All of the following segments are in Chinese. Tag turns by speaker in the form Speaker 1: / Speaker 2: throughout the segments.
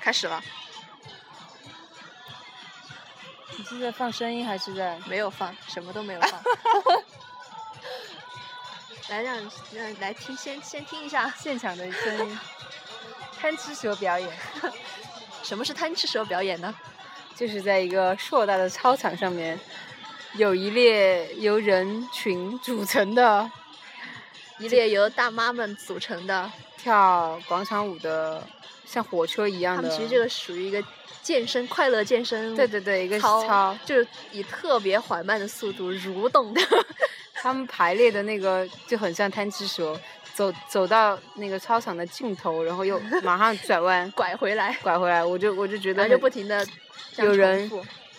Speaker 1: 开始了，
Speaker 2: 你是在放声音还是在？
Speaker 1: 没有放，什么都没有放。 来让让来听，先先听一下
Speaker 2: 现场的声音， 贪吃蛇表演，
Speaker 1: 什么是贪吃蛇表演呢？
Speaker 2: 就是在一个硕大的操场上面，有一列由人群组成的
Speaker 1: 一列由大妈们组成的，
Speaker 2: 跳广场舞的，像火车一样
Speaker 1: 他
Speaker 2: 的。
Speaker 1: 们其实这个属于一个健身快乐健身
Speaker 2: 对对对，一个
Speaker 1: 操，
Speaker 2: 操，
Speaker 1: 就是以特别缓慢的速度蠕动的。
Speaker 2: 他们排列的那个就很像贪吃蛇，走走到那个操场的尽头，然 后又马上转 弯
Speaker 1: 拐回来，
Speaker 2: 拐回来，我就我就觉
Speaker 1: 然
Speaker 2: 得
Speaker 1: 后就
Speaker 2: 很
Speaker 1: 不停的
Speaker 2: 有人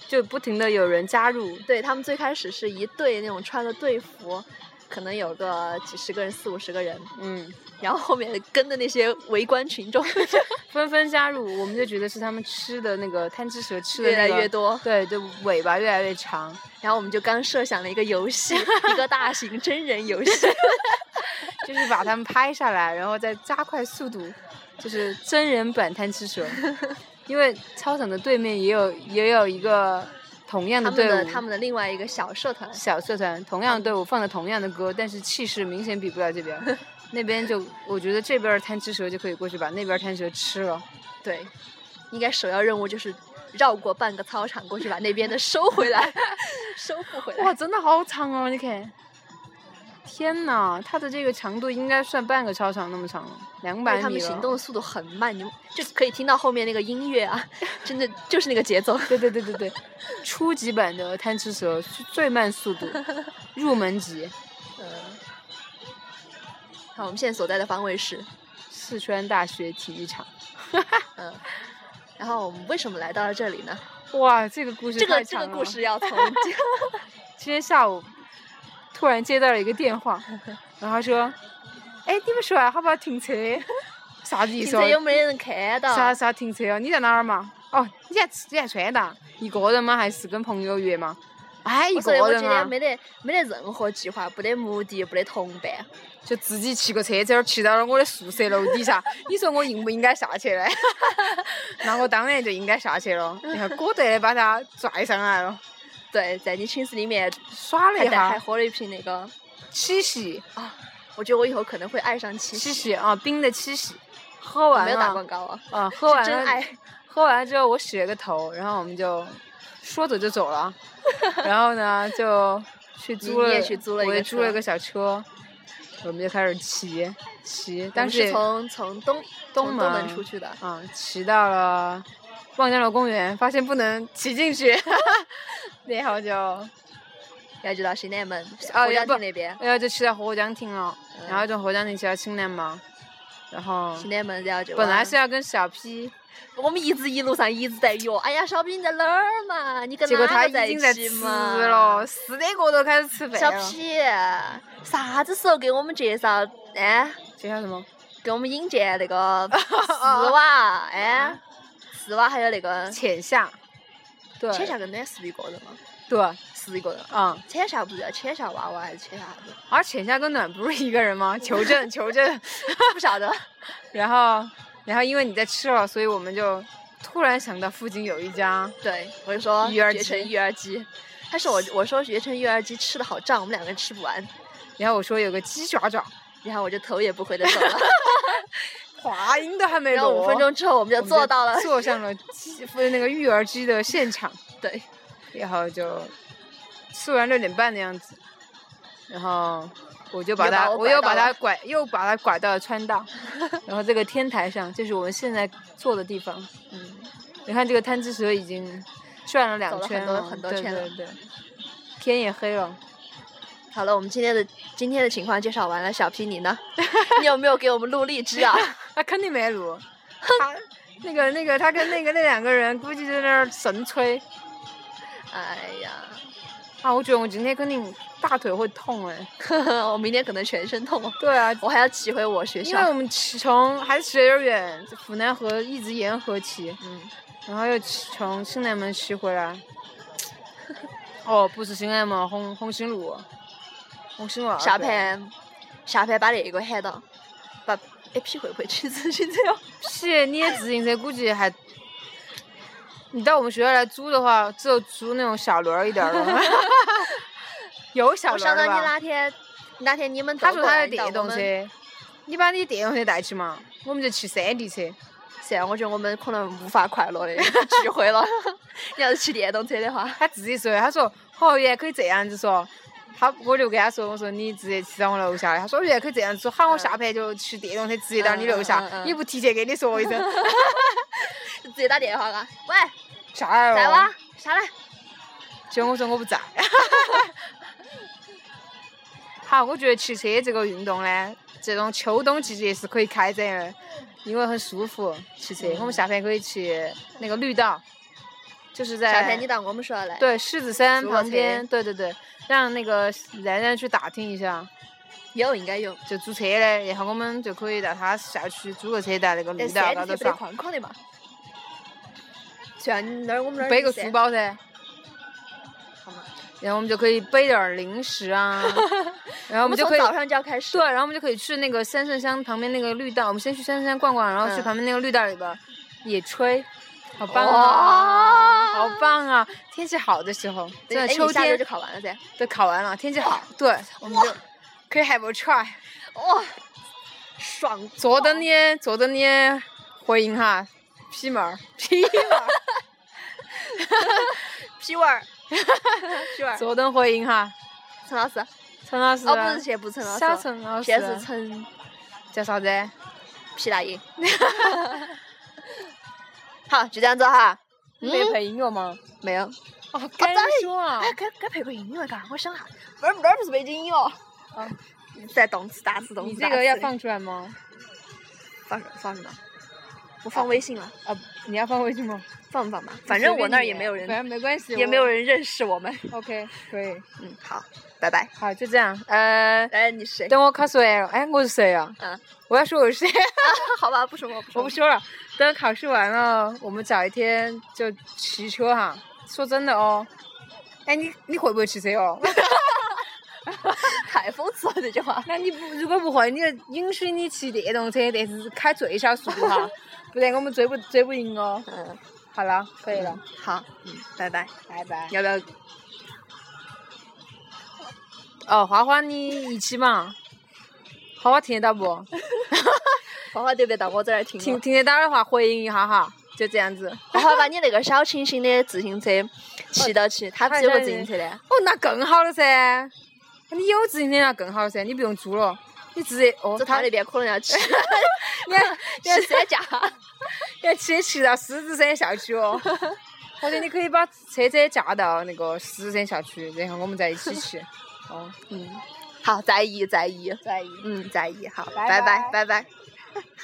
Speaker 2: 就不停的有人加入，
Speaker 1: 对他们最开始是一队那种穿的队服，可能有个几十个人、四五十个人，
Speaker 2: 嗯，
Speaker 1: 然后后面跟的那些围观群众就
Speaker 2: 纷纷加入，我们就觉得是他们吃的那个贪吃蛇吃的、
Speaker 1: 越
Speaker 2: 那
Speaker 1: 来
Speaker 2: 个、
Speaker 1: 越，多。
Speaker 2: 对，就尾巴越来越长，
Speaker 1: 然后我们就刚设想了一个游 戏，一个大型真人游戏，
Speaker 2: 就是把他们拍下来，然后再加快速度，就是真人版贪 吃蛇，因为操场的对面也有也有一个同样
Speaker 1: 他
Speaker 2: 的
Speaker 1: 们
Speaker 2: 队伍，
Speaker 1: 的他们的另外一个小社团。
Speaker 2: 小社团同样的队伍放着同样的歌，但是气势明显比不了这边 儿。那边就我觉得这边儿贪吃蛇就可以过去把那边儿贪吃蛇吃了。
Speaker 1: 对，应该首要任务就是绕过半个操场过去，把那边的收回 来，收复回
Speaker 2: 哇，
Speaker 1: 来。
Speaker 2: 真的好长哦！你看，天呐，它的这个长度应该算半个操场那么长了，两
Speaker 1: 因
Speaker 2: 百
Speaker 1: 为
Speaker 2: 米
Speaker 1: 他们行
Speaker 2: 了
Speaker 1: 动的速度很慢，你们就可以听到后面那个音乐啊，真的就是那个 节奏。
Speaker 2: 对对对对对，初级版的贪吃蛇是最慢速 度，入门级。
Speaker 1: 嗯，好，我们现在所在的方位是，
Speaker 2: 四川大学体育场，
Speaker 1: 嗯，然后我们为什么来到了这里呢？
Speaker 2: 哇，这个故事
Speaker 1: 这个
Speaker 2: 太
Speaker 1: 这
Speaker 2: 长了。
Speaker 1: 个故事要 从
Speaker 2: 今天下午突然接到了一个 电话，然后他说：“哎，你们说啊，好不好停车？ 啥子意
Speaker 1: 停
Speaker 2: 思
Speaker 1: 车
Speaker 2: 哦？
Speaker 1: 又没人看到，
Speaker 2: 啥啥停车哦？你在哪儿嘛？哦，你在你在川大，一个人吗？还是跟朋友约吗？哎，一
Speaker 1: 哦所以
Speaker 2: 个
Speaker 1: 我觉
Speaker 2: 人
Speaker 1: 得
Speaker 2: 啊，
Speaker 1: 没得没得任何计划，不得目的，不得同伴。
Speaker 2: 就自己骑个车子儿骑到了我的宿舍楼 底下。你说我应不应该下去呢？ 那我当然就应该下去了，然后果断的把他拽上来了，
Speaker 1: 对，在你寝室里面
Speaker 2: 耍了
Speaker 1: 还
Speaker 2: 一
Speaker 1: 带还
Speaker 2: 下，
Speaker 1: 喝了一瓶那个，
Speaker 2: 七喜，
Speaker 1: 我觉得我以后可能会爱上七
Speaker 2: 七
Speaker 1: 喜，
Speaker 2: 喜啊，冰的七喜，喝
Speaker 1: 我
Speaker 2: 完
Speaker 1: 没有打
Speaker 2: 了
Speaker 1: 广。告啊，
Speaker 2: 啊，喝
Speaker 1: 是
Speaker 2: 完
Speaker 1: 真
Speaker 2: 了，
Speaker 1: 爱。
Speaker 2: 喝完了之后我洗了个头，然后我们就说走就走了，然后呢就去租
Speaker 1: 你
Speaker 2: 了，
Speaker 1: 你也去租了一
Speaker 2: 我
Speaker 1: 个
Speaker 2: 也租了
Speaker 1: 车
Speaker 2: 个小车，我们就开始骑骑，
Speaker 1: 我
Speaker 2: 当
Speaker 1: 们
Speaker 2: 时
Speaker 1: 是从从东
Speaker 2: 东
Speaker 1: 从东门
Speaker 2: 门
Speaker 1: 出去的，
Speaker 2: 啊、骑到了望江楼公园，发现不能骑进去， 然后就
Speaker 1: 要知道是南门
Speaker 2: 哦
Speaker 1: 侯
Speaker 2: 也
Speaker 1: 家
Speaker 2: 不
Speaker 1: 店那边，
Speaker 2: 然后就骑到火江亭了，
Speaker 1: 嗯
Speaker 2: 然后从火江亭骑到青南嘛，然后
Speaker 1: 是南门，然后就
Speaker 2: 本来
Speaker 1: 往
Speaker 2: 是要跟小 P
Speaker 1: 我们一直一路上一直在约，哎呀，小 P 你在哪儿嘛？你跟
Speaker 2: 结果
Speaker 1: 哪
Speaker 2: 他
Speaker 1: 个一
Speaker 2: 已经在
Speaker 1: 起
Speaker 2: 吃
Speaker 1: 嘛？
Speaker 2: 了，四点过都开始吃饭
Speaker 1: 小
Speaker 2: 了。
Speaker 1: P，啥子时候给我们介绍？哎，
Speaker 2: 介绍什么？
Speaker 1: 给我们引荐那 个丝袜，哎，丝袜还有那个
Speaker 2: 浅夏。对
Speaker 1: 浅夏跟那是一个人吗？
Speaker 2: 对，
Speaker 1: 是一个人。
Speaker 2: 嗯，
Speaker 1: 浅夏不是叫浅夏娃娃还是浅夏啥子？
Speaker 2: 而浅夏跟暖不是一个人吗？ 求证，求证。
Speaker 1: 不晓得。
Speaker 2: 然后，然后因为你在吃了，所以我们就突然想到附近有一家，
Speaker 1: 对，我就说
Speaker 2: 鱼儿
Speaker 1: 绝
Speaker 2: 鸡
Speaker 1: 城育儿鸡，但是我我说绝城育儿鸡吃的好胀，我们两个人吃不完，
Speaker 2: 然后我说有个鸡爪爪，
Speaker 1: 然后我就头也不回的走 了。
Speaker 2: 话音都还没
Speaker 1: 然后
Speaker 2: 落，
Speaker 1: 五分钟之后我们就
Speaker 2: 我们
Speaker 1: 坐到了，
Speaker 2: 坐上了鸡不是那个育儿鸡的现场，
Speaker 1: 对。
Speaker 2: 然后就吃完六点半的样子，然后我就
Speaker 1: 又
Speaker 2: 把
Speaker 1: 把
Speaker 2: 它，
Speaker 1: 我
Speaker 2: 我
Speaker 1: 拐
Speaker 2: 又
Speaker 1: 到
Speaker 2: 把它
Speaker 1: 了
Speaker 2: 拐，又把它拐到了川大，然后这个天台上就是我们现在坐的地方。
Speaker 1: 嗯，
Speaker 2: 你看这个贪吃蛇已经转了两圈
Speaker 1: 走了很多很多圈了
Speaker 2: 对对对，天也黑 了。
Speaker 1: 好了，我们今天的今天的情况介绍完了，小 P 你呢？ 你有没有给我们录荔枝啊？
Speaker 2: 他肯定没录，他那个那个他跟那个那两个人估计在那儿神吹
Speaker 1: 哎呀，
Speaker 2: 啊！我觉得我今天肯定大腿会痛哎。
Speaker 1: 我明天可能全身痛，
Speaker 2: 对啊，
Speaker 1: 我还要骑回我学
Speaker 2: 因为
Speaker 1: 校。
Speaker 2: 我们骑从还骑得有点远，府南河一直沿河骑，
Speaker 1: 嗯，
Speaker 2: 然后又骑从新南门骑 回来。哦，不是新南门，红红星路，啊红星路二啊
Speaker 1: 下
Speaker 2: 段
Speaker 1: 盘下盘把那个哎 喊到，把 A P 会不会骑自行车？
Speaker 2: 屁，你的自行车估计还你到我们学校来租的话，只有租那种小轮儿一点 儿的，有小
Speaker 1: 我
Speaker 2: 轮
Speaker 1: 上
Speaker 2: 儿的
Speaker 1: 次你
Speaker 2: 吧？
Speaker 1: 那天，那天你们
Speaker 2: 他
Speaker 1: 到
Speaker 2: 说
Speaker 1: 过
Speaker 2: 他
Speaker 1: 来
Speaker 2: 是电
Speaker 1: 到我
Speaker 2: 动
Speaker 1: 们
Speaker 2: 车，你把你电动车带去嘛，我们就骑山地车。
Speaker 1: 算了，我觉得我们可能无法快 乐的聚会了。你要是骑电动车的话，
Speaker 2: 他自己说，他说好，原来可以这样子说。他我就跟他说，我说你直接骑到我楼下来。他说原哦来可以这样子说，好，我
Speaker 1: 嗯
Speaker 2: 下盘就骑电动车直接到你楼
Speaker 1: 嗯嗯
Speaker 2: 下，
Speaker 1: 嗯嗯
Speaker 2: 你不提前跟你说一声，
Speaker 1: 直接打电话啊，喂，
Speaker 2: 下来
Speaker 1: 在
Speaker 2: 了
Speaker 1: 哇。，下来。
Speaker 2: 结果我说我不在。好，我觉得骑车这个运动呢，这种秋冬季节是可以开展的，因为很舒服。骑
Speaker 1: 嗯
Speaker 2: 车，我们夏天可以去那个绿道，就是在
Speaker 1: 夏天你到我们学校来，
Speaker 2: 对，狮子山
Speaker 1: 坐
Speaker 2: 旁
Speaker 1: 车
Speaker 2: 边，对对对，让那个然然去打听一下，
Speaker 1: 有应该有。
Speaker 2: 就租车嘞，然后我们就可以带他下去租个车，在那个绿
Speaker 1: 但
Speaker 2: 道
Speaker 1: 山
Speaker 2: 高
Speaker 1: 地
Speaker 2: 头
Speaker 1: 是不得
Speaker 2: 耍，
Speaker 1: 框框的嘛。虽然你那儿我们那儿
Speaker 2: 背个
Speaker 1: 没
Speaker 2: 书
Speaker 1: 山，
Speaker 2: 包噻，
Speaker 1: 好嘛
Speaker 2: 然后我们就可以背点儿零 食啊，然后
Speaker 1: 我
Speaker 2: 我
Speaker 1: 们从
Speaker 2: 们就可以。
Speaker 1: 早上就要开始
Speaker 2: 对，。然后我们就可以去那个三圣乡旁边那个绿道，我们先去三圣乡逛逛，然后去
Speaker 1: 嗯
Speaker 2: 旁边那个绿道里边儿野炊，好棒啊！
Speaker 1: 哇
Speaker 2: 好棒啊！天气好的时候，真
Speaker 1: 哎
Speaker 2: 的
Speaker 1: 你
Speaker 2: 秋
Speaker 1: 下周
Speaker 2: 天
Speaker 1: 就考完了噻。
Speaker 2: 都烤完了，天气好，对，我们就可以 have a try。
Speaker 1: 哇，爽！
Speaker 2: 坐等你，坐等你回应哈，皮毛儿，皮毛儿，
Speaker 1: 皮娃儿，皮 娃儿，
Speaker 2: 坐等回应哈，
Speaker 1: 陈老师，
Speaker 2: 陈老师，
Speaker 1: 哦，不是，现在不是陈老师啊
Speaker 2: 小
Speaker 1: 了，
Speaker 2: 陈老师，啊嗯
Speaker 1: 现在是陈
Speaker 2: 叫啥子？
Speaker 1: 皮大 爷。好，就这样子哈。
Speaker 2: 没配音乐吗？
Speaker 1: 没有。
Speaker 2: 哦，敢
Speaker 1: 当然
Speaker 2: 说啊！
Speaker 1: 嗯哎，该该配个音乐嘎，我想哈，哦不是不是不是背景音乐。
Speaker 2: 啊，
Speaker 1: 在动词打词动词。
Speaker 2: 你这个要放出来吗？
Speaker 1: 放哦放什么？我放微信了，
Speaker 2: 啊，你要放回去吗？
Speaker 1: 放不放吧？反正我那儿也没有
Speaker 2: 反
Speaker 1: 人，
Speaker 2: 正没关系，
Speaker 1: 也没有。人认识我们。
Speaker 2: OK，可以，
Speaker 1: 嗯，好，拜拜。
Speaker 2: 好，就这样。呃，
Speaker 1: 哎，你是谁？
Speaker 2: 等我考试完了，哎，我是谁啊？
Speaker 1: 嗯，
Speaker 2: 我要说我是谁？
Speaker 1: 好吧，不说了，不
Speaker 2: 我
Speaker 1: 说
Speaker 2: 不
Speaker 1: 了。
Speaker 2: 说了，等考试完了，我们找一天就骑车哈。说真的哦，哎，你你会不会骑车哦？
Speaker 1: 太讽刺了这句 话。
Speaker 2: 那你不如果不会，你就允许你骑电动车，但是开最小速度哈，不然我们追不追不赢哦。
Speaker 1: 嗯，
Speaker 2: 好了，可以了，
Speaker 1: 好，嗯，拜拜。
Speaker 2: 拜拜。
Speaker 1: 要不要？
Speaker 2: 哦，花花你一起嘛？花花听得到不？
Speaker 1: 花花对不对？到我这儿听
Speaker 2: 听
Speaker 1: 听。
Speaker 2: 听得到的话，回应一下哈。就这样子。
Speaker 1: 花花把你那个小清新的自行车骑到 骑，他不是有个自行车的？
Speaker 2: 哦，那更好了噻。你有自行车那更好了噻，你不用租了，你直接哦
Speaker 1: 这，他那边可能 要骑
Speaker 2: 你看你看
Speaker 1: 骑三架。
Speaker 2: 要骑骑到狮子山校区哦，或者你可以把车子架到那个狮子山校区，然后我们在一起骑。哦，
Speaker 1: 嗯，好，再议再议，
Speaker 2: 在意。
Speaker 1: 嗯，再议，好，
Speaker 2: 拜
Speaker 1: 拜
Speaker 2: 拜
Speaker 1: 拜拜拜。